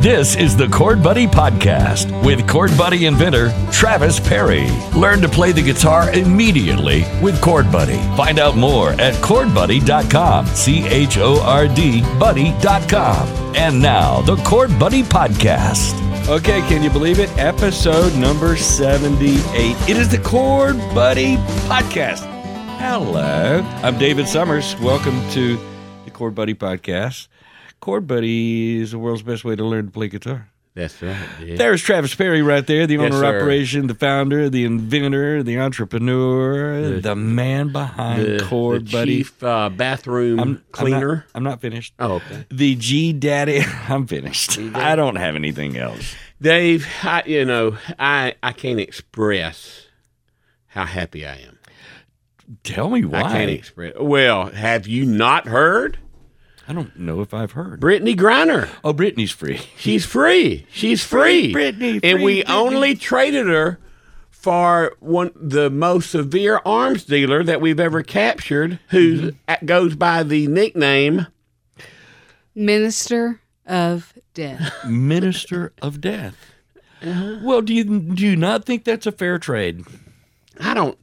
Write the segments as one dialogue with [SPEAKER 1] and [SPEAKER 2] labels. [SPEAKER 1] This is the Chord Buddy Podcast with Chord Buddy inventor Travis Perry. Learn to play the guitar immediately with Chord Buddy. Find out more at chordbuddy.com. C H O R D buddy.com. And now, the Chord Buddy Podcast.
[SPEAKER 2] Okay, can you believe it? Episode number 78. It is the Chord Buddy Podcast. Hello. I'm David Summers. Welcome to the Chord Buddy Podcast. Chord Buddy is the world's best way to learn to play guitar.
[SPEAKER 3] That's right. dude.
[SPEAKER 2] There's Travis Perry right there, the
[SPEAKER 3] Yes,
[SPEAKER 2] owner
[SPEAKER 3] sir.
[SPEAKER 2] operation, the founder, the inventor, the entrepreneur, the,
[SPEAKER 3] The-
[SPEAKER 2] man behind
[SPEAKER 3] the,
[SPEAKER 2] Chord
[SPEAKER 3] the
[SPEAKER 2] Buddy.
[SPEAKER 3] chief uh, bathroom
[SPEAKER 2] I'm- I'm not-
[SPEAKER 3] cleaner.
[SPEAKER 2] I'm not, finished.
[SPEAKER 3] oh, okay.
[SPEAKER 2] The G Daddy. I'm finished. I don't have anything else.
[SPEAKER 3] Dave, I, you know, I I can't express how happy I am.
[SPEAKER 2] Tell me why.
[SPEAKER 3] I can't express. Well, have you not heard?
[SPEAKER 2] I don't know if I've heard.
[SPEAKER 3] Brittany Griner.
[SPEAKER 2] Oh, Britney's free.
[SPEAKER 3] She's free. She's free.
[SPEAKER 2] Brittany,
[SPEAKER 3] and
[SPEAKER 2] free
[SPEAKER 3] we
[SPEAKER 2] Brittany.
[SPEAKER 3] only traded her for one the most severe arms dealer that we've ever captured, who goes by the nickname
[SPEAKER 4] Minister of Death.
[SPEAKER 2] Minister of Death. Uh-huh. Well, do you do you not think that's a fair trade?
[SPEAKER 3] I don't,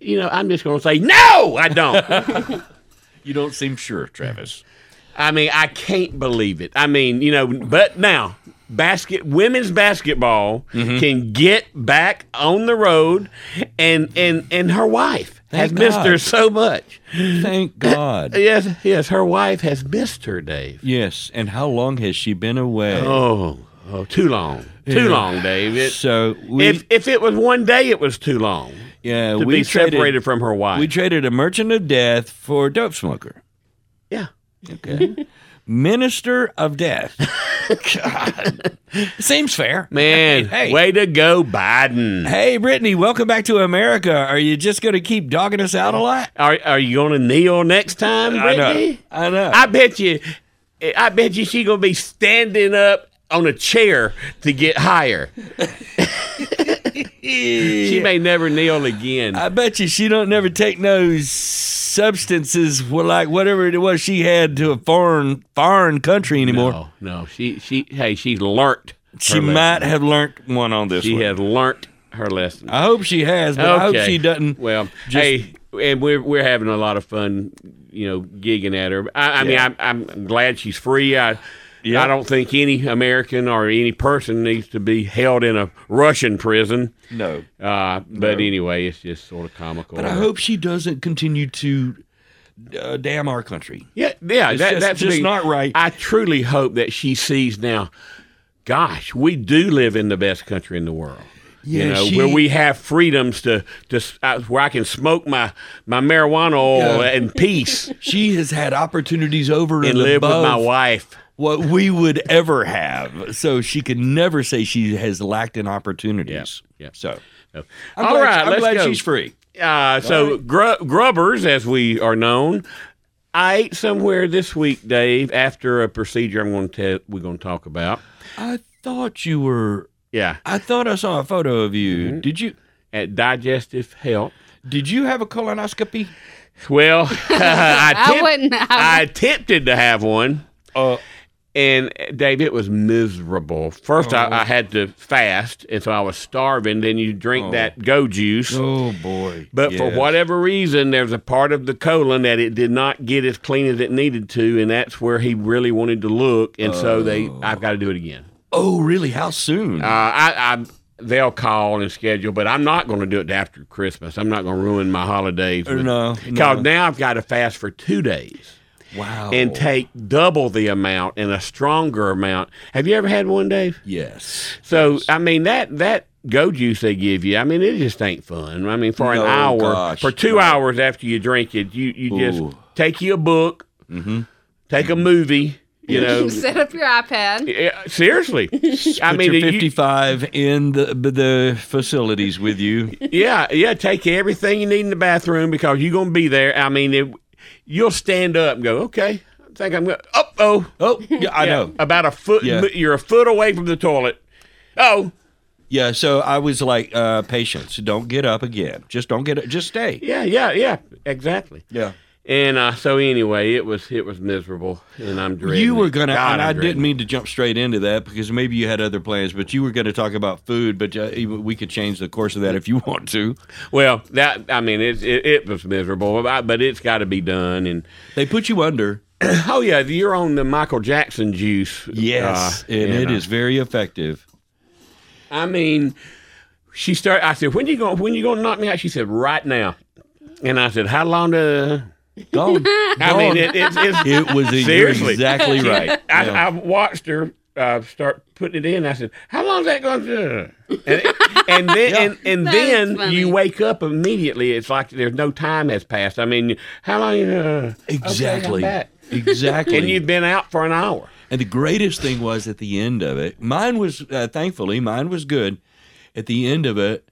[SPEAKER 3] you know, I'm just going to say, no, I don't.
[SPEAKER 2] You don't seem sure, Travis.
[SPEAKER 3] I mean, I can't believe it. I mean, you know, but now basket women's basketball
[SPEAKER 2] Mm-hmm.
[SPEAKER 3] can get back on the road and and and her wife has
[SPEAKER 2] Thank
[SPEAKER 3] missed her
[SPEAKER 2] God.
[SPEAKER 3] so much.
[SPEAKER 2] Thank God.
[SPEAKER 3] Yes, yes, her wife has missed her, Dave.
[SPEAKER 2] yes, and how long has she been away?
[SPEAKER 3] Oh, oh too long. Too
[SPEAKER 2] Yeah.
[SPEAKER 3] long, Dave. It-
[SPEAKER 2] so we
[SPEAKER 3] if if it was one day it was too long
[SPEAKER 2] yeah
[SPEAKER 3] to
[SPEAKER 2] we
[SPEAKER 3] be
[SPEAKER 2] traded,
[SPEAKER 3] separated from her wife.
[SPEAKER 2] We traded a merchant of death for dope smoker.
[SPEAKER 3] yeah.
[SPEAKER 2] Okay. Minister of Death. God. Seems fair.
[SPEAKER 3] Man,
[SPEAKER 2] Hey, hey.
[SPEAKER 3] way to go, Biden.
[SPEAKER 2] Hey, Brittany, welcome back to America. Are you just going to keep dogging us out a lot?
[SPEAKER 3] Are are you going to kneel next time, Brittany?
[SPEAKER 2] I know. I know.
[SPEAKER 3] I bet you, I bet you she gonna be standing up on a chair to get higher. She may never kneel again.
[SPEAKER 2] I bet you she don't never take no substances well, like whatever it was she had to a foreign foreign country anymore.
[SPEAKER 3] no, no, she she hey she learnt. her
[SPEAKER 2] she
[SPEAKER 3] lesson.
[SPEAKER 2] might have learnt one on this
[SPEAKER 3] She
[SPEAKER 2] one.
[SPEAKER 3] has learnt her lesson.
[SPEAKER 2] I hope she has, but I hope she doesn't.
[SPEAKER 3] Well, hey, and we're we're having a lot of fun, you know, gigging at her. I, I mean,
[SPEAKER 2] Yeah.
[SPEAKER 3] I'm, I'm glad she's free. I
[SPEAKER 2] Yeah.
[SPEAKER 3] I don't think any American or any person needs to be held in a Russian prison.
[SPEAKER 2] no.
[SPEAKER 3] Uh, but anyway, it's just sort of comical.
[SPEAKER 2] But I hope she doesn't continue to uh, damn our country.
[SPEAKER 3] yeah, yeah,
[SPEAKER 2] It's
[SPEAKER 3] that,
[SPEAKER 2] just-
[SPEAKER 3] that's
[SPEAKER 2] just
[SPEAKER 3] big.
[SPEAKER 2] not right.
[SPEAKER 3] I truly hope that she sees now. Gosh, we do live in the best country in the world.
[SPEAKER 2] Yeah,
[SPEAKER 3] you know,
[SPEAKER 2] she-
[SPEAKER 3] where we have freedoms to, to s- uh, where I can smoke my, my marijuana oil
[SPEAKER 2] Yeah.
[SPEAKER 3] in peace
[SPEAKER 2] She has had opportunities over and,
[SPEAKER 3] and live with
[SPEAKER 2] above
[SPEAKER 3] my wife.
[SPEAKER 2] what we would ever have, so she could never say she has lacked in opportunities.
[SPEAKER 3] Yep, yep.
[SPEAKER 2] So
[SPEAKER 3] So,
[SPEAKER 2] I'm
[SPEAKER 3] all
[SPEAKER 2] glad,
[SPEAKER 3] right,
[SPEAKER 2] I'm
[SPEAKER 3] let's
[SPEAKER 2] glad
[SPEAKER 3] go.
[SPEAKER 2] she's free.
[SPEAKER 3] Uh, so gru- grubbers, as we are known, I ate somewhere this week, Dave, after a procedure I'm going to tell we're going to talk about.
[SPEAKER 2] I thought you were.
[SPEAKER 3] Yeah,
[SPEAKER 2] I thought I saw a photo of you.
[SPEAKER 3] Mm-hmm.
[SPEAKER 2] Did you?
[SPEAKER 3] at Digestive Health.
[SPEAKER 2] Did you have a colonoscopy?
[SPEAKER 3] Well, I,
[SPEAKER 4] I
[SPEAKER 3] tempt-
[SPEAKER 4] wouldn't- I
[SPEAKER 3] I attempted to have one,
[SPEAKER 2] Uh,
[SPEAKER 3] and uh, Dave, it was miserable. First,
[SPEAKER 2] Oh.
[SPEAKER 3] I, I had to fast, and so I was starving. Then you drink that go juice.
[SPEAKER 2] oh boy!
[SPEAKER 3] But for
[SPEAKER 2] Yes.
[SPEAKER 3] whatever reason, there's a part of the colon that it did not get as clean as it needed to, and that's where he really wanted to look. And so they, I've got to do it again.
[SPEAKER 2] Oh really? How soon?
[SPEAKER 3] Uh, I, I, they'll call and schedule, but I'm not going to do it after Christmas. I'm not going to ruin my holidays. with-
[SPEAKER 2] no, Oh.
[SPEAKER 3] because now I've got to fast for two days
[SPEAKER 2] wow.
[SPEAKER 3] and take double the amount and a stronger amount. Have you ever had one, Dave?
[SPEAKER 2] yes.
[SPEAKER 3] So I mean that that go juice they give you, I mean it just ain't fun. I mean for an
[SPEAKER 2] No,
[SPEAKER 3] hour,
[SPEAKER 2] gosh,
[SPEAKER 3] for two
[SPEAKER 2] no.
[SPEAKER 3] hours after you drink it, you you
[SPEAKER 2] Ooh. Mm-hmm.
[SPEAKER 3] just take you a book, take a movie, you know.
[SPEAKER 4] Set up your iPad.
[SPEAKER 3] Yeah, Seriously, I
[SPEAKER 2] Put
[SPEAKER 3] mean,
[SPEAKER 2] your
[SPEAKER 3] you-
[SPEAKER 2] 55 in the the facilities with you.
[SPEAKER 3] yeah, yeah. Take everything you need in the bathroom because you're gonna be there. I mean, it, you'll stand up and go, okay. I think I'm gonna. Oh, oh,
[SPEAKER 2] Oh, yeah, I know.
[SPEAKER 3] About a foot.
[SPEAKER 2] Yeah.
[SPEAKER 3] You're a foot away from the toilet. Oh,
[SPEAKER 2] Yeah, so I was like, uh, patience. Don't get up again. Just don't get up. Just stay.
[SPEAKER 3] yeah, yeah, yeah. Exactly.
[SPEAKER 2] Yeah.
[SPEAKER 3] And uh, so anyway, it was it was miserable, and I'm dreading.
[SPEAKER 2] You were
[SPEAKER 3] it.
[SPEAKER 2] gonna,
[SPEAKER 3] God,
[SPEAKER 2] and
[SPEAKER 3] I'm
[SPEAKER 2] I
[SPEAKER 3] dreading
[SPEAKER 2] didn't mean to jump straight into that because maybe you had other plans, but you were gonna talk about food. But uh, even- we could change the course of that if you want to.
[SPEAKER 3] it. Well, that I mean, it it, it was miserable, but I- but it's got to be done. And
[SPEAKER 2] They put you under,
[SPEAKER 3] oh yeah, you're on the Michael Jackson juice. uh,
[SPEAKER 2] and it
[SPEAKER 3] uh,
[SPEAKER 2] is very effective.
[SPEAKER 3] I mean, she started. I said, "When you going? When you going to knock me out?" She said, "Right now." And I said, "How long to?"
[SPEAKER 2] Gone.
[SPEAKER 3] I mean, it, it's it's.
[SPEAKER 2] It was you're
[SPEAKER 3] Seriously.
[SPEAKER 2] exactly right.
[SPEAKER 3] I,
[SPEAKER 2] Yeah.
[SPEAKER 3] I watched her uh, start putting it in. I said, "How long's that going to?" And, and then, and, and
[SPEAKER 4] That's
[SPEAKER 3] then
[SPEAKER 4] funny.
[SPEAKER 3] you wake up immediately. It's like there's no time has passed. I mean, how long? Uh,
[SPEAKER 2] exactly.
[SPEAKER 3] Okay, I'm back.
[SPEAKER 2] Exactly.
[SPEAKER 3] and you've been out for an hour.
[SPEAKER 2] And the greatest thing was at the end of it. Mine was uh, thankfully mine was good. At the end of it,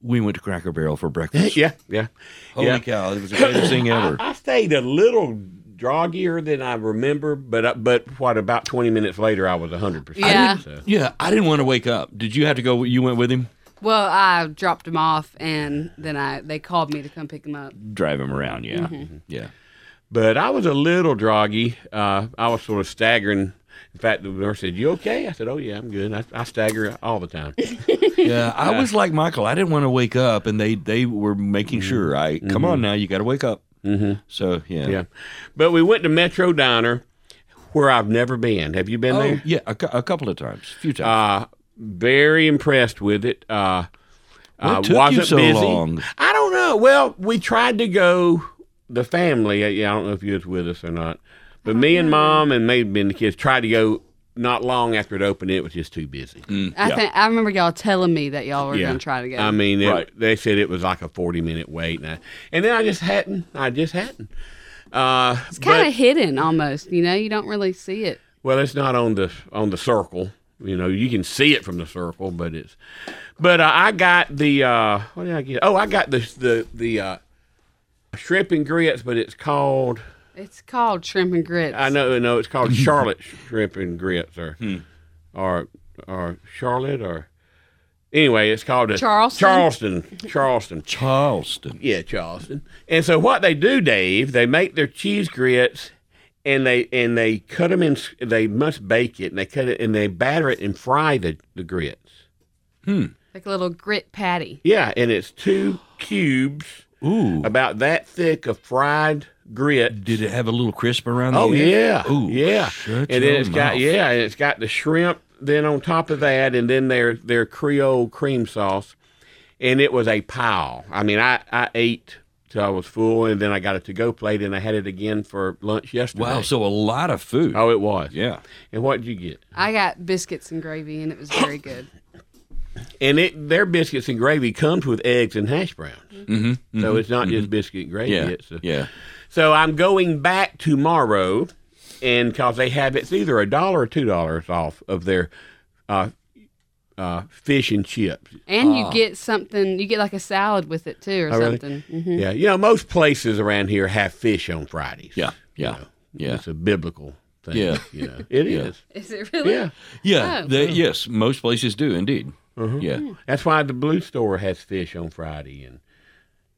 [SPEAKER 2] we went to Cracker Barrel for breakfast.
[SPEAKER 3] Yeah, yeah,
[SPEAKER 2] Holy
[SPEAKER 3] yeah.
[SPEAKER 2] cow! It was the greatest thing ever.
[SPEAKER 3] I, I stayed a little droggier than I remember, but I, but what about twenty minutes later, I was hundred percent.
[SPEAKER 4] Yeah.
[SPEAKER 2] Yeah, I didn't want to wake up. Did you have to go? You went with him?
[SPEAKER 4] Well, I dropped him off, and then I they called me to come pick him up.
[SPEAKER 2] Drive him around? Yeah, yeah.
[SPEAKER 3] But I was a little droggy. Uh, I was sort of staggering. In fact, the nurse said, "You okay?" I said, "Oh yeah, I'm good." I, I stagger all the time.
[SPEAKER 2] Yeah, I was like Michael. I didn't want to wake up, and they they were making sure I come on now. You got to wake up. Mm-hmm. So yeah,
[SPEAKER 3] yeah, but we went to Metro Diner, where I've never been. Have you been
[SPEAKER 2] Oh,
[SPEAKER 3] there?
[SPEAKER 2] yeah, a, cou- a couple of times, a few times.
[SPEAKER 3] Uh, very impressed with it. Uh,
[SPEAKER 2] What
[SPEAKER 3] uh,
[SPEAKER 2] took you
[SPEAKER 3] wasn't
[SPEAKER 2] so
[SPEAKER 3] busy.
[SPEAKER 2] long?
[SPEAKER 3] I don't know. Well, we tried to go. The family. uh, Yeah, I don't know if you was with us or not, but me and
[SPEAKER 2] Uh-huh.
[SPEAKER 3] mom and maybe been the kids tried to go. Not long after it opened, it was just too busy.
[SPEAKER 2] Mm.
[SPEAKER 4] I
[SPEAKER 2] Yeah.
[SPEAKER 4] think I remember y'all telling me that y'all were gonna try to go.
[SPEAKER 3] I mean, it-
[SPEAKER 2] Right.
[SPEAKER 3] they said it was like a forty-minute wait, and, I, and then I just hadn't. I just hadn't. Uh,
[SPEAKER 4] it's kind of hidden almost. You know, you don't really see it.
[SPEAKER 3] well, it's not on the on the circle. You know, you can see it from the circle, but it's. But uh, I got the uh, what did I get? Oh, I got the the the uh, shrimp and grits, but it's called.
[SPEAKER 4] It's called shrimp and grits.
[SPEAKER 3] I know, no, it's called Charlotte shrimp and grits, or or or Charlotte, or anyway, it's called a
[SPEAKER 4] Charleston?
[SPEAKER 3] Charleston, Charleston.
[SPEAKER 2] Charleston.
[SPEAKER 3] Yeah, Charleston. And so what they do, Dave, they make their cheese grits and they and they cut them in. s- They must bake it and they cut it and they batter it and fry the, the grits.
[SPEAKER 4] like a little grit patty.
[SPEAKER 3] Yeah, and it's two cubes
[SPEAKER 2] Ooh,
[SPEAKER 3] about that thick of fried grit.
[SPEAKER 2] did it have a little crisp around?
[SPEAKER 3] Oh
[SPEAKER 2] the edge?
[SPEAKER 3] yeah,
[SPEAKER 2] Ooh,
[SPEAKER 3] yeah.
[SPEAKER 2] shut
[SPEAKER 3] and then
[SPEAKER 2] your
[SPEAKER 3] it's got
[SPEAKER 2] mouth.
[SPEAKER 3] yeah, and it's got the shrimp. Then on top of that, and then their their Creole cream sauce, and it was a pile. I mean, I I ate till I was full, and then I got a to go plate, and I had it again for lunch yesterday.
[SPEAKER 2] Wow, so a lot of food.
[SPEAKER 3] Oh, it was.
[SPEAKER 2] yeah.
[SPEAKER 3] And what did you get?
[SPEAKER 4] I got biscuits and gravy, and it was very good.
[SPEAKER 3] And it their biscuits and gravy comes with eggs and hash browns. Mm-hmm, so it's not just biscuit and gravy.
[SPEAKER 2] mm-hmm. Yeah.
[SPEAKER 3] It's a,
[SPEAKER 2] yeah.
[SPEAKER 3] So I'm going back tomorrow, and because they have it's either a dollar or two dollars off of their uh, uh, fish and chips.
[SPEAKER 4] And you get something. You get like a salad with it too, or
[SPEAKER 3] Oh, really?
[SPEAKER 4] something.
[SPEAKER 2] Mm-hmm.
[SPEAKER 4] hmm
[SPEAKER 3] Yeah, you know most places around here have fish on Fridays.
[SPEAKER 2] Yeah. Yeah. Yeah.
[SPEAKER 3] it's a biblical thing.
[SPEAKER 2] Yeah.
[SPEAKER 3] you know it
[SPEAKER 2] Yeah.
[SPEAKER 3] is.
[SPEAKER 4] Is it really?
[SPEAKER 3] Yeah,
[SPEAKER 2] Yeah.
[SPEAKER 4] Oh.
[SPEAKER 2] they- yes, most places do indeed. Yeah.
[SPEAKER 3] that's why the Blue Store has fish on Friday and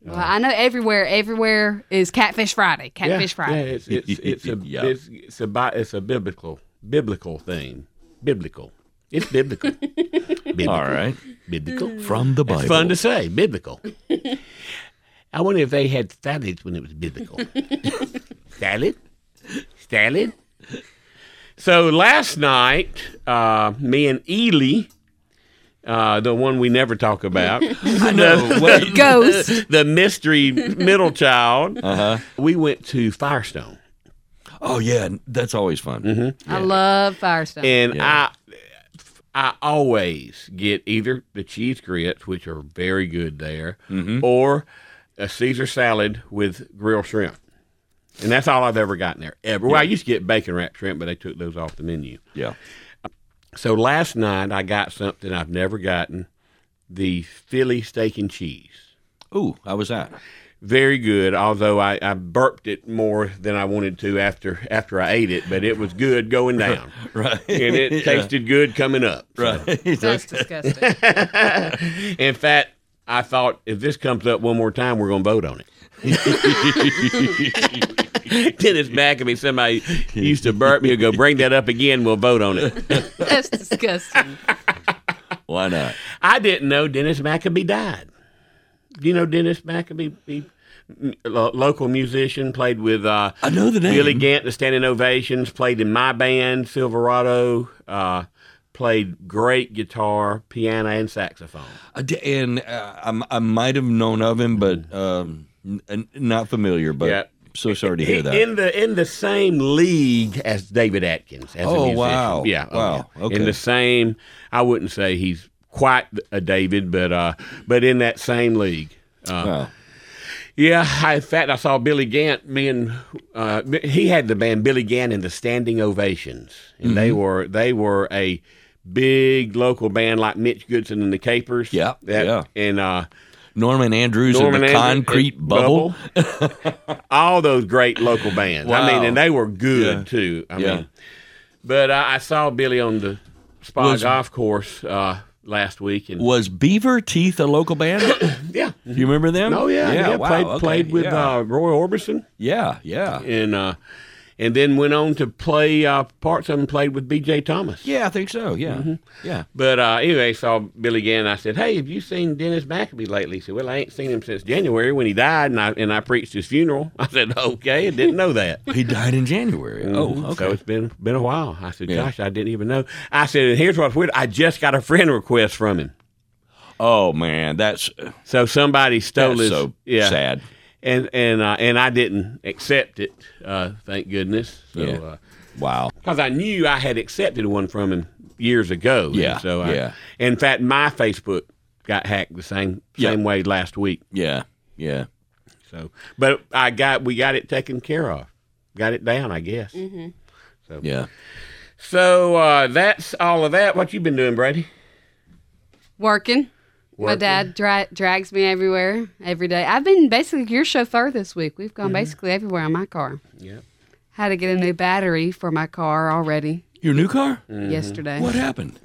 [SPEAKER 4] Well, I know everywhere. Everywhere is Catfish Friday.
[SPEAKER 3] yeah,
[SPEAKER 4] Catfish
[SPEAKER 3] yeah,
[SPEAKER 4] Friday.
[SPEAKER 3] it's it's it's a
[SPEAKER 2] Yeah.
[SPEAKER 3] it's, it's a bi- it's a biblical biblical thing. Biblical. It's biblical. biblical.
[SPEAKER 2] All right.
[SPEAKER 3] Biblical.
[SPEAKER 2] From the Bible.
[SPEAKER 3] It's fun to say, biblical. I wonder if they had salads when it was biblical. salad, salad. So last night, uh, me and Ely, uh, the one we never talk about,
[SPEAKER 2] I know. Well,
[SPEAKER 4] Ghost.
[SPEAKER 3] the mystery middle child,
[SPEAKER 2] Uh-huh.
[SPEAKER 3] we went to Firestone,
[SPEAKER 2] oh yeah, that's always fun.
[SPEAKER 4] I love Firestone.
[SPEAKER 3] and I. I always get either the cheese grits, which are very good there, or a Caesar salad with grilled shrimp. And that's all I've ever gotten there, ever. Well, I used to get bacon wrapped shrimp, but they took those off the menu.
[SPEAKER 2] Yeah.
[SPEAKER 3] So last night I got something I've never gotten the Philly steak and cheese.
[SPEAKER 2] Ooh, how was that?
[SPEAKER 3] Very good, although I, I burped it more than I wanted to after after I ate it, but it was good going down.
[SPEAKER 2] Right.
[SPEAKER 3] And it tasted good coming up.
[SPEAKER 2] right.
[SPEAKER 4] That's disgusting.
[SPEAKER 3] In fact, I thought if this comes up one more time, we're going to vote on it. then it's back and me. Somebody used to burp me. He'll go, bring that up again. We'll vote on it.
[SPEAKER 4] That's disgusting.
[SPEAKER 2] Why not?
[SPEAKER 3] I didn't know Dennis Maccabee died. Do you know Dennis Maccabee? He, lo- local musician, played with uh,
[SPEAKER 2] I know the name.
[SPEAKER 3] Billy Gant, the Standing Ovations, played in my band, Silverado, uh, played great guitar, piano, and saxophone.
[SPEAKER 2] I di- and uh, I'm- I, might have known of him, but um, n- n- not familiar. But
[SPEAKER 3] Yeah.
[SPEAKER 2] so sorry to hear that.
[SPEAKER 3] In the in the same league as David Atkins. As a
[SPEAKER 2] Oh,
[SPEAKER 3] musician.
[SPEAKER 2] wow.
[SPEAKER 3] Yeah. oh,
[SPEAKER 2] Wow.
[SPEAKER 3] yeah.
[SPEAKER 2] Okay.
[SPEAKER 3] In the same, I wouldn't say he's quite a David, but uh, but in that same league. Uh,
[SPEAKER 2] Wow.
[SPEAKER 3] Yeah, I, in fact, I saw Billy Gant. Me and uh, B- he had the band Billy Gant and the Standing Ovations, and they
[SPEAKER 2] Mm-hmm.
[SPEAKER 3] were they were a big local band like Mitch Goodson and the Capers.
[SPEAKER 2] Yeah, yeah.
[SPEAKER 3] And uh,
[SPEAKER 2] Norman Andrews
[SPEAKER 3] Norman
[SPEAKER 2] and the
[SPEAKER 3] Andrews
[SPEAKER 2] Concrete
[SPEAKER 3] and
[SPEAKER 2] Bubble.
[SPEAKER 3] Bubble. All those great local bands. I mean,
[SPEAKER 2] Wow.
[SPEAKER 3] and they were good
[SPEAKER 2] Yeah.
[SPEAKER 3] too. I
[SPEAKER 2] Yeah.
[SPEAKER 3] mean, but I, I saw Billy on the Spa
[SPEAKER 2] Was-
[SPEAKER 3] Golf Course uh, last week, and
[SPEAKER 2] Was Beaver Teeth a local band?
[SPEAKER 3] yeah,
[SPEAKER 2] Do you remember them?
[SPEAKER 3] oh yeah, yeah,
[SPEAKER 2] wow,
[SPEAKER 3] played
[SPEAKER 2] okay,
[SPEAKER 3] played with
[SPEAKER 2] yeah.
[SPEAKER 3] uh, Roy Orbison.
[SPEAKER 2] yeah, yeah,
[SPEAKER 3] and uh, and then went on to play uh, parts of them played with B.J. Thomas.
[SPEAKER 2] yeah. I think so. Yeah, yeah.
[SPEAKER 3] But uh, anyway, saw Billy Gann. I said, "Hey, have you seen Dennis Maccabee lately?" He said, "Well, I ain't seen him since January when he died, and I and I preached his funeral." I said, "Okay, I didn't know that."
[SPEAKER 2] He died in January. Oh,
[SPEAKER 3] Mm-hmm. So
[SPEAKER 2] okay.
[SPEAKER 3] it's been been a while. I said,
[SPEAKER 2] Yeah.
[SPEAKER 3] "Gosh, I didn't even know." I said, "And here's what's weird. I just got a friend request from him."
[SPEAKER 2] Oh man, that's
[SPEAKER 3] So somebody stole
[SPEAKER 2] that's
[SPEAKER 3] his.
[SPEAKER 2] so
[SPEAKER 3] yeah.
[SPEAKER 2] sad.
[SPEAKER 3] And and uh, and I didn't accept it. Uh, thank goodness. So,
[SPEAKER 2] Yeah.
[SPEAKER 3] uh,
[SPEAKER 2] Wow.
[SPEAKER 3] because I knew I had accepted one from him years ago. And
[SPEAKER 2] Yeah,
[SPEAKER 3] So I,
[SPEAKER 2] yeah.
[SPEAKER 3] In fact, my Facebook got hacked the same
[SPEAKER 2] Yeah.
[SPEAKER 3] same way last week.
[SPEAKER 2] Yeah, yeah.
[SPEAKER 3] So, but I got we got it taken care of, got it down, I guess.
[SPEAKER 2] Yeah.
[SPEAKER 3] So uh, that's all of that. What you been doing, Brady?
[SPEAKER 4] Working. My
[SPEAKER 3] Working.
[SPEAKER 4] dad dra- drags me everywhere every day. I've been basically your chauffeur this week. We've
[SPEAKER 3] Mm-hmm.
[SPEAKER 4] gone basically everywhere on my car.
[SPEAKER 3] Yeah.
[SPEAKER 4] Had to get a new battery for my car already
[SPEAKER 2] Your new car?
[SPEAKER 3] Mm-hmm.
[SPEAKER 4] yesterday.
[SPEAKER 2] What happened?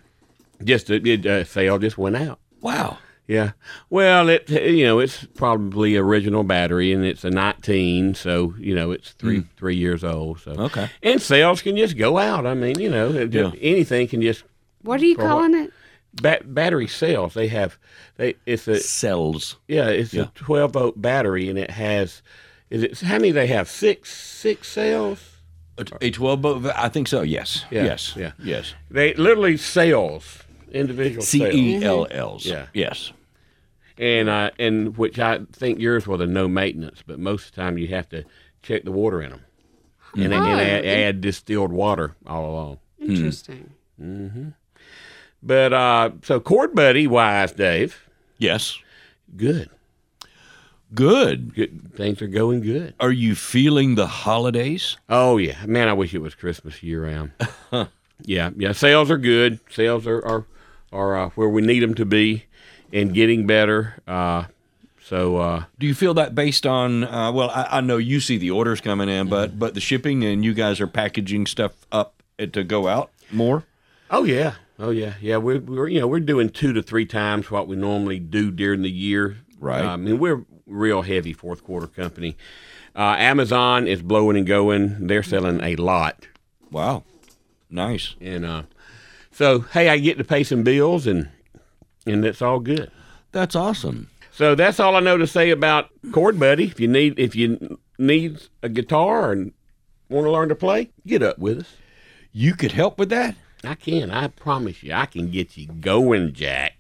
[SPEAKER 3] Just it, it uh, failed. Just went out.
[SPEAKER 2] Wow.
[SPEAKER 3] Yeah. Well, it you know it's probably original battery and it's a 19, so you know it's three three years old. So
[SPEAKER 2] Hmm. Okay.
[SPEAKER 3] And cells can just go out. I mean, you know, it-
[SPEAKER 2] Yeah.
[SPEAKER 3] anything can just
[SPEAKER 4] What are you
[SPEAKER 3] For what?
[SPEAKER 4] calling it?
[SPEAKER 3] ba- battery cells. They have they it's a
[SPEAKER 2] Cells.
[SPEAKER 3] yeah it's
[SPEAKER 2] Yeah.
[SPEAKER 3] a twelve volt battery and it has is it how many they have six six cells.
[SPEAKER 2] A, a twelve. Bo- I think so. Yes.
[SPEAKER 3] Yeah,
[SPEAKER 2] Yes.
[SPEAKER 3] yeah.
[SPEAKER 2] Yes.
[SPEAKER 3] They literally cells individual
[SPEAKER 2] C
[SPEAKER 3] cells.
[SPEAKER 2] E L L's.
[SPEAKER 3] Yeah.
[SPEAKER 2] Yes.
[SPEAKER 3] and uh, and which I think yours were the no maintenance, but most of the time you have to check the water in them, and, then and
[SPEAKER 4] Oh,
[SPEAKER 3] add,
[SPEAKER 4] in-
[SPEAKER 3] add distilled water all along.
[SPEAKER 4] Interesting.
[SPEAKER 3] But uh, so cord buddy wise, Dave,
[SPEAKER 2] Yes.
[SPEAKER 3] good,
[SPEAKER 2] Good.
[SPEAKER 3] good things are going good.
[SPEAKER 2] Are you feeling the holidays?
[SPEAKER 3] Oh yeah, man, I wish it was Christmas year round. yeah, yeah, sales are good. Sales are are, are uh, where we need them to be, and getting better. Uh, so uh,
[SPEAKER 2] Do you feel that based on? Uh, well, I, I know you see the orders coming in, but but the shipping and you guys are packaging stuff up to go out more.
[SPEAKER 3] Oh yeah, oh yeah, yeah. We're, we're you know we're doing two to three times what we normally do during the year. Uh,
[SPEAKER 2] Right.
[SPEAKER 3] I mean we're real heavy fourth quarter company. Uh, Amazon is blowing and going. They're selling a lot,
[SPEAKER 2] Wow. Nice.
[SPEAKER 3] and uh, so hey, I get to pay some bills, and and that's all good.
[SPEAKER 2] That's awesome.
[SPEAKER 3] So that's all I know to say about Chord Buddy. If you need if you need a guitar and want to learn to play, get up with us.
[SPEAKER 2] You could help with that.
[SPEAKER 3] I can. I promise you, I can get you going, Jack.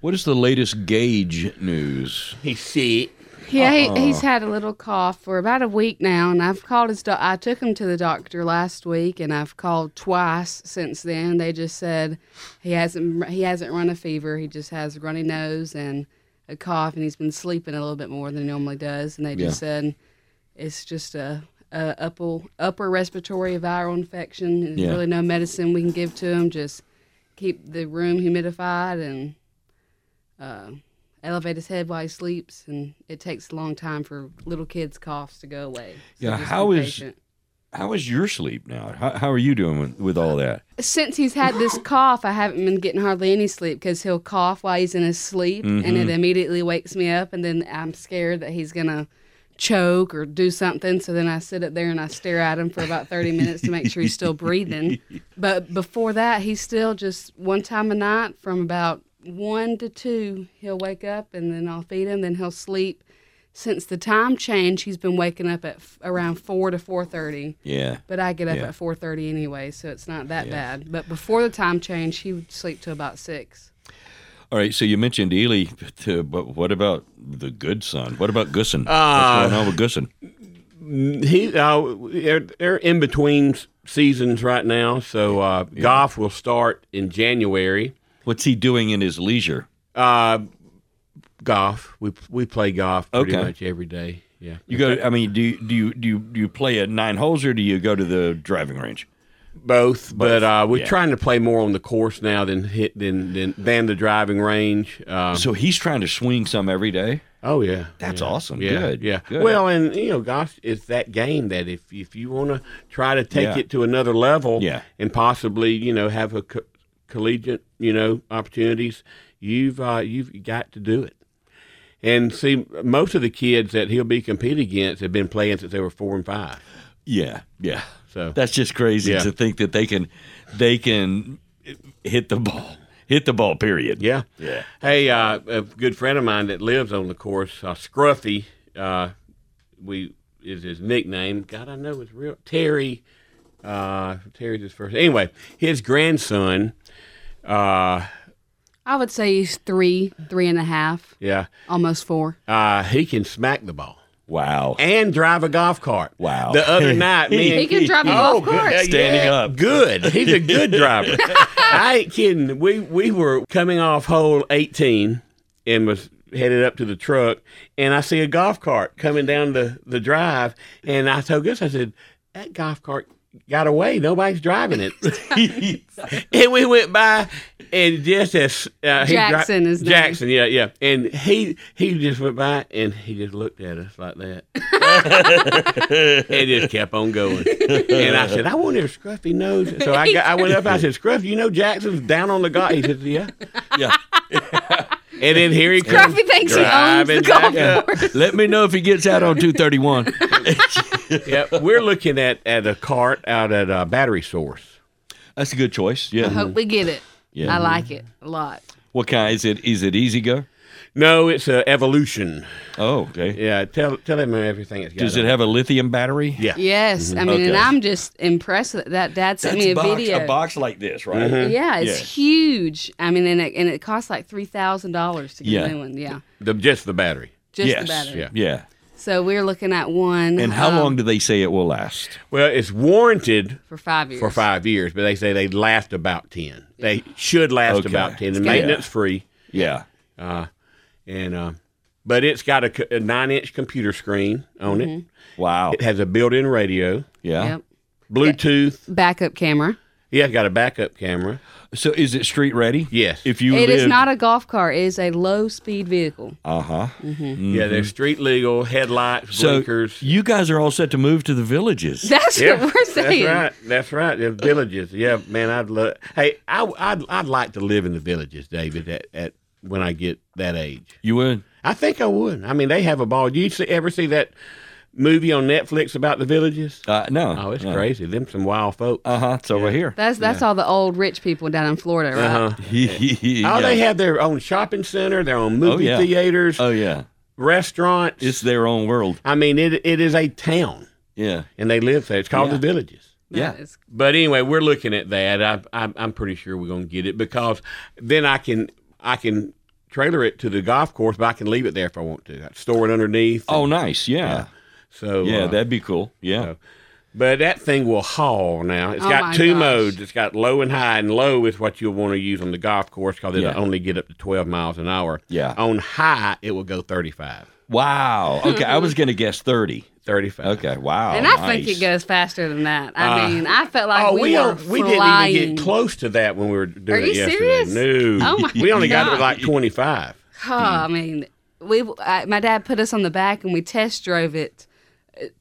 [SPEAKER 2] What is the latest gauge news?
[SPEAKER 3] He's sick.
[SPEAKER 4] Yeah, he, he's had a little cough for about a week now, and I've called his. Do- I took him to the doctor last week, and I've called twice since then. They just said he hasn't he hasn't run a fever. He just has a runny nose and a cough, and he's been sleeping a little bit more than he normally does. And they just said it's just a, a upper upper respiratory viral infection. There's
[SPEAKER 2] Yeah.
[SPEAKER 4] really no medicine we can give to him. Just keep the room humidified and elevate uh, his head while he sleeps, and it takes a long time for little kids' coughs to go away. So
[SPEAKER 2] Yeah,
[SPEAKER 4] just
[SPEAKER 2] how
[SPEAKER 4] be
[SPEAKER 2] is-
[SPEAKER 4] patient.
[SPEAKER 2] How is your sleep now? How, how are you doing with, with all that?
[SPEAKER 4] Since he's had this cough, I haven't been getting hardly any sleep because he'll cough while he's in his sleep, and it immediately wakes me up, and then I'm scared that he's gonna choke or do something. So then I sit up there and I stare at him for about 30 minutes to make sure he's still breathing. But before that, he's still just one time a night from about one to two, he'll wake up, and then I'll feed him, then he'll sleep. Since the time change, he's been waking up at f- around four to four thirty.
[SPEAKER 2] Yeah.
[SPEAKER 4] But I get up
[SPEAKER 2] Yeah.
[SPEAKER 4] at four thirty anyway, so it's not that bad. But before the time change, he would sleep till about six.
[SPEAKER 2] All right. So you mentioned Ely, but, uh, but what about the good son? What about Goosen?
[SPEAKER 3] Uh,
[SPEAKER 2] What's going on with Goosen?
[SPEAKER 3] He uh, they're, they're in between s- seasons right now, so uh, golf will start in January.
[SPEAKER 2] What's he doing in his leisure?
[SPEAKER 3] Uh, golf, we we play golf pretty
[SPEAKER 2] Okay.
[SPEAKER 3] much every day. Yeah,
[SPEAKER 2] You go. I mean, do you, do you do you, do you play at nine holes or do you go to the driving range?
[SPEAKER 3] both, but uh, we're
[SPEAKER 2] yeah.
[SPEAKER 3] trying to play more on the course now than hit than than, than the driving range. Uh,
[SPEAKER 2] So he's trying to swing some every day.
[SPEAKER 3] oh yeah,
[SPEAKER 2] That's
[SPEAKER 3] yeah.
[SPEAKER 2] awesome.
[SPEAKER 3] Yeah,
[SPEAKER 2] Good.
[SPEAKER 3] yeah.
[SPEAKER 2] Good.
[SPEAKER 3] Well, and you know, gosh, it's that game that if if you want to try to take
[SPEAKER 2] Yeah.
[SPEAKER 3] it to another level,
[SPEAKER 2] Yeah.
[SPEAKER 3] and possibly you know have a co- collegiate you know opportunities, you've uh, you've got to do it. And see, most of the kids that he'll be competing against have been playing since they were four and five.
[SPEAKER 2] Yeah, yeah.
[SPEAKER 3] So-
[SPEAKER 2] that's just crazy
[SPEAKER 3] Yeah.
[SPEAKER 2] to think that they can, they can hit the ball, hit the ball. Period.
[SPEAKER 3] Yeah.
[SPEAKER 2] Yeah.
[SPEAKER 3] Hey, uh, a good friend of mine that lives on the course, uh, Scruffy, uh, we is his nickname. God, I know his real Terry. Uh, Terry's his first. Anyway, his grandson. Uh,
[SPEAKER 4] I would say he's three, three and a half,
[SPEAKER 3] yeah,
[SPEAKER 4] almost four.
[SPEAKER 3] uh, he can smack the ball
[SPEAKER 2] Wow.
[SPEAKER 3] and drive a golf cart.
[SPEAKER 2] Wow.
[SPEAKER 3] The other night, me and
[SPEAKER 4] He can drive a golf cart.
[SPEAKER 2] Oh, Standing up.
[SPEAKER 3] Good. He's a good driver. I ain't kidding. We we were coming off hole eighteen and was headed up to the truck and I see a golf cart coming down the, the drive and I told Gus, I said, That golf cart got away. Nobody's driving it. and we went by and just as uh, he dri-
[SPEAKER 4] Jackson is the name.
[SPEAKER 3] Jackson, yeah, yeah. And he he just went by and he just looked at us like that and just kept on going. And I said, I wonder if Scruffy knows. So I got, I went up. I said, Scruff, you know Jackson's down on the golf. He said, Yeah.
[SPEAKER 2] Yeah.
[SPEAKER 3] And then here he comes.
[SPEAKER 4] Scruffy thinks he owns the
[SPEAKER 3] driving
[SPEAKER 4] golf
[SPEAKER 3] back up.
[SPEAKER 4] course.
[SPEAKER 2] Let me know if he gets out on two thirty one.
[SPEAKER 3] Yeah, we're looking at at a cart out at a battery source.
[SPEAKER 2] That's a good choice. Yeah.
[SPEAKER 4] I hope we get it.
[SPEAKER 2] Yeah.
[SPEAKER 4] I like it a lot.
[SPEAKER 2] What kind is it? Is it easy go?
[SPEAKER 3] No, it's a evolution.
[SPEAKER 2] Oh, okay.
[SPEAKER 3] Yeah, tell tell him everything it's got.
[SPEAKER 2] Does
[SPEAKER 3] on
[SPEAKER 2] it have a lithium battery?
[SPEAKER 3] Yeah.
[SPEAKER 4] Yes, I mean, and
[SPEAKER 2] Mm-hmm. Okay.
[SPEAKER 4] I'm just impressed that, that dad sent
[SPEAKER 2] That's
[SPEAKER 4] me a
[SPEAKER 2] box,
[SPEAKER 4] video.
[SPEAKER 2] a box like this, right?
[SPEAKER 3] Mm-hmm.
[SPEAKER 4] Yeah, it's
[SPEAKER 2] Yeah.
[SPEAKER 4] huge. I mean, and it, and it costs like three thousand dollars to get
[SPEAKER 2] Yeah.
[SPEAKER 4] a new one. Yeah,
[SPEAKER 3] the, just the battery.
[SPEAKER 4] just
[SPEAKER 2] yes.
[SPEAKER 4] the battery.
[SPEAKER 2] Yeah.
[SPEAKER 3] Yeah.
[SPEAKER 4] So we're looking at one.
[SPEAKER 2] And how
[SPEAKER 4] um,
[SPEAKER 2] long do they say it will last?
[SPEAKER 3] Well, it's warranted
[SPEAKER 4] For five years.
[SPEAKER 3] for five years, but they say they last about ten. They should last
[SPEAKER 2] Okay.
[SPEAKER 3] about ten. The
[SPEAKER 2] good.
[SPEAKER 3] maintenance free.
[SPEAKER 2] Yeah.
[SPEAKER 3] uh, and uh, but it's got a, co- a nine-inch computer screen on
[SPEAKER 4] Mm-hmm.
[SPEAKER 3] it.
[SPEAKER 2] Wow.
[SPEAKER 3] It has a built-in radio,
[SPEAKER 2] Yeah.
[SPEAKER 4] Yep.
[SPEAKER 3] Bluetooth.
[SPEAKER 4] Backup camera.
[SPEAKER 3] Yeah, it's got a backup camera.
[SPEAKER 2] So is it street ready?
[SPEAKER 3] Yes.
[SPEAKER 2] If you
[SPEAKER 4] It
[SPEAKER 2] live,
[SPEAKER 4] is not a golf car. It is a low speed vehicle.
[SPEAKER 2] Uh huh.
[SPEAKER 4] Mm-hmm.
[SPEAKER 3] Yeah, they're street legal headlights,
[SPEAKER 2] Mm-hmm. So
[SPEAKER 3] blinkers.
[SPEAKER 2] you guys are all set to move to the villages.
[SPEAKER 4] That's
[SPEAKER 3] Yeah,
[SPEAKER 4] what we're saying.
[SPEAKER 3] That's right. That's right. The villages. Yeah, man, I'd love. Hey, I, I'd I'd like to live in the villages, David. At, at when I get that age,
[SPEAKER 2] You would.
[SPEAKER 3] I think I would. I mean, they have a ball. Do you see, ever see that movie on Netflix about the villages?
[SPEAKER 2] Uh, no.
[SPEAKER 3] Oh, it's crazy. Them some wild folk.
[SPEAKER 2] Uh huh. It's over here.
[SPEAKER 4] That's that's all the old rich people down in Florida, right?
[SPEAKER 3] Uh-huh.
[SPEAKER 2] Uh-huh. yeah.
[SPEAKER 3] Oh, they have their own shopping center, their own movie
[SPEAKER 2] Oh, yeah.
[SPEAKER 3] theaters,
[SPEAKER 2] Oh yeah.
[SPEAKER 3] restaurants.
[SPEAKER 2] It's their own world.
[SPEAKER 3] I mean, it it is a town,
[SPEAKER 2] Yeah.
[SPEAKER 3] and they live there. It's called
[SPEAKER 2] Yeah.
[SPEAKER 3] the villages.
[SPEAKER 2] Yeah.
[SPEAKER 4] That is-
[SPEAKER 3] But anyway, we're looking at that. I, I I'm pretty sure we're gonna get it because then I can I can trailer it to the golf course, but I can leave it there if I want to. I store it underneath.
[SPEAKER 2] Oh, nice. Yeah.
[SPEAKER 3] so
[SPEAKER 2] Yeah.
[SPEAKER 3] uh,
[SPEAKER 2] that'd be cool. Yeah.
[SPEAKER 3] But that thing will haul now. It's
[SPEAKER 4] Oh
[SPEAKER 3] got
[SPEAKER 4] my
[SPEAKER 3] two
[SPEAKER 4] gosh.
[SPEAKER 3] modes. It's got low and high, and low is what you'll want to use on the golf course because it'll
[SPEAKER 2] Yeah.
[SPEAKER 3] only get up to 12 miles an hour.
[SPEAKER 2] Yeah.
[SPEAKER 3] On high, it will go 35.
[SPEAKER 2] Wow. Okay. I was gonna guess thirty.
[SPEAKER 3] 35.
[SPEAKER 2] Okay. Wow.
[SPEAKER 4] and I think it goes faster than that. I mean, I felt like
[SPEAKER 3] Oh,
[SPEAKER 4] we,
[SPEAKER 3] we,
[SPEAKER 4] were
[SPEAKER 3] don't- we didn't
[SPEAKER 4] flying.
[SPEAKER 3] even get close to that when we were doing
[SPEAKER 4] Are you
[SPEAKER 3] it yesterday.
[SPEAKER 4] serious?
[SPEAKER 3] No.
[SPEAKER 4] Oh my
[SPEAKER 3] we only got it
[SPEAKER 4] God.
[SPEAKER 3] to like 25.
[SPEAKER 5] Hmm.
[SPEAKER 4] Oh, I mean, we I, my dad put us on the back and we test drove it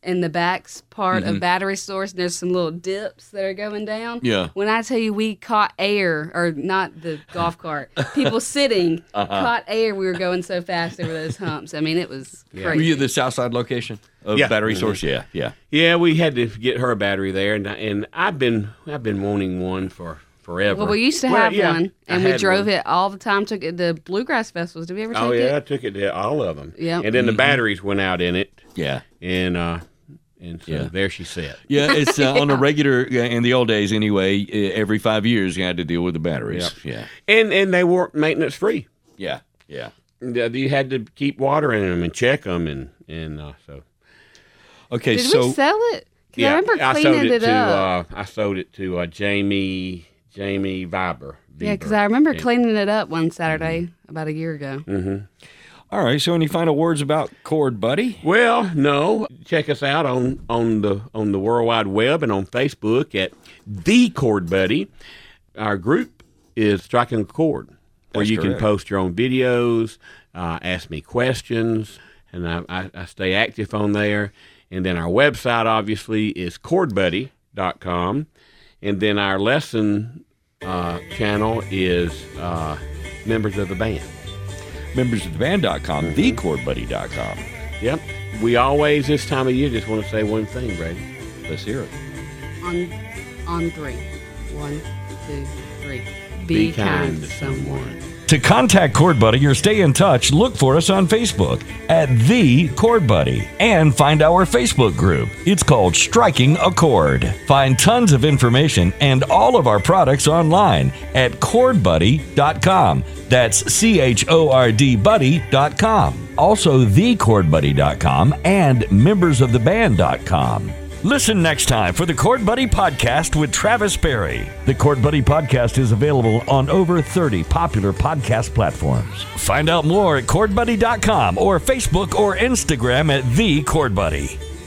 [SPEAKER 4] in the back's part
[SPEAKER 5] Mm-hmm.
[SPEAKER 4] of battery source. And there's some little dips that are going down.
[SPEAKER 5] Yeah.
[SPEAKER 4] When I tell you we caught air, or not the golf cart, people sitting
[SPEAKER 5] Uh-huh.
[SPEAKER 4] caught air. We were going so fast over those humps. I mean, it was
[SPEAKER 5] Were
[SPEAKER 4] crazy.
[SPEAKER 5] you at the south side location of
[SPEAKER 3] Yeah. Mm-hmm.
[SPEAKER 5] Battery Source? Yeah, yeah.
[SPEAKER 3] Yeah, we had to get her a battery there, and I, and I've been I've been wanting one for forever.
[SPEAKER 4] Well, we used to have
[SPEAKER 3] yeah,
[SPEAKER 4] one,
[SPEAKER 3] I
[SPEAKER 4] and we
[SPEAKER 3] had
[SPEAKER 4] drove
[SPEAKER 3] one.
[SPEAKER 4] it all the time. Took it to bluegrass festivals. Did we ever take
[SPEAKER 3] Oh yeah, I
[SPEAKER 4] it?
[SPEAKER 3] took it to all of them.
[SPEAKER 4] Yeah.
[SPEAKER 3] and then the batteries went out in it,
[SPEAKER 5] Yeah.
[SPEAKER 3] and uh, and so
[SPEAKER 5] Yeah.
[SPEAKER 3] there she sat.
[SPEAKER 5] Yeah, it's uh, on a regular yeah, in the old days anyway. uh, Every five years, you had to deal with the batteries. Yeah,
[SPEAKER 3] And and they weren't maintenance free.
[SPEAKER 5] yeah, yeah.
[SPEAKER 3] You had to keep watering them and check them, and and uh, so
[SPEAKER 5] Okay,
[SPEAKER 4] Did
[SPEAKER 5] so
[SPEAKER 4] we sell it? 'Cause I remember
[SPEAKER 3] sold
[SPEAKER 4] cleaning
[SPEAKER 3] it,
[SPEAKER 4] it,
[SPEAKER 3] to
[SPEAKER 4] up.
[SPEAKER 3] uh, I sold it to uh, Jamie Jamie Viber.
[SPEAKER 4] Yeah, because I remember cleaning it up one Saturday
[SPEAKER 3] Mm-hmm.
[SPEAKER 4] about a year ago.
[SPEAKER 5] all right. So, any final words about Cord Buddy?
[SPEAKER 3] Well, no. Check us out on on the on the World Wide Web and on Facebook at the Chord Buddy. Our group is Striking a Chord, where
[SPEAKER 5] That's
[SPEAKER 3] you
[SPEAKER 5] correct.
[SPEAKER 3] can post your own videos, uh, ask me questions, and I, I, I stay active on there. And then our website, obviously, is chordbuddy.com. And then our lesson uh, channel is uh, Members of the Band.
[SPEAKER 5] Members of the band.com, thecordbuddy.com.
[SPEAKER 3] Yep. We always, this time of year, just want to say one thing, Brady.
[SPEAKER 5] Let's hear it.
[SPEAKER 4] On, on three. One, two, three.
[SPEAKER 3] Be kind to someone.
[SPEAKER 2] To contact Chord Buddy or stay in touch, look for us on Facebook at The Chord Buddy and find our Facebook group. It's called Striking a Chord. Find tons of information and all of our products online at chordbuddy.com. That's C H O R D buddy.com. Also, thechordbuddy.com and membersoftheband.com. Listen next time for the Chord Buddy Podcast with Travis Berry. The Chord Buddy Podcast is available on over 30 popular podcast platforms. Find out more at chordbuddy.com or Facebook or Instagram at The Chord Buddy.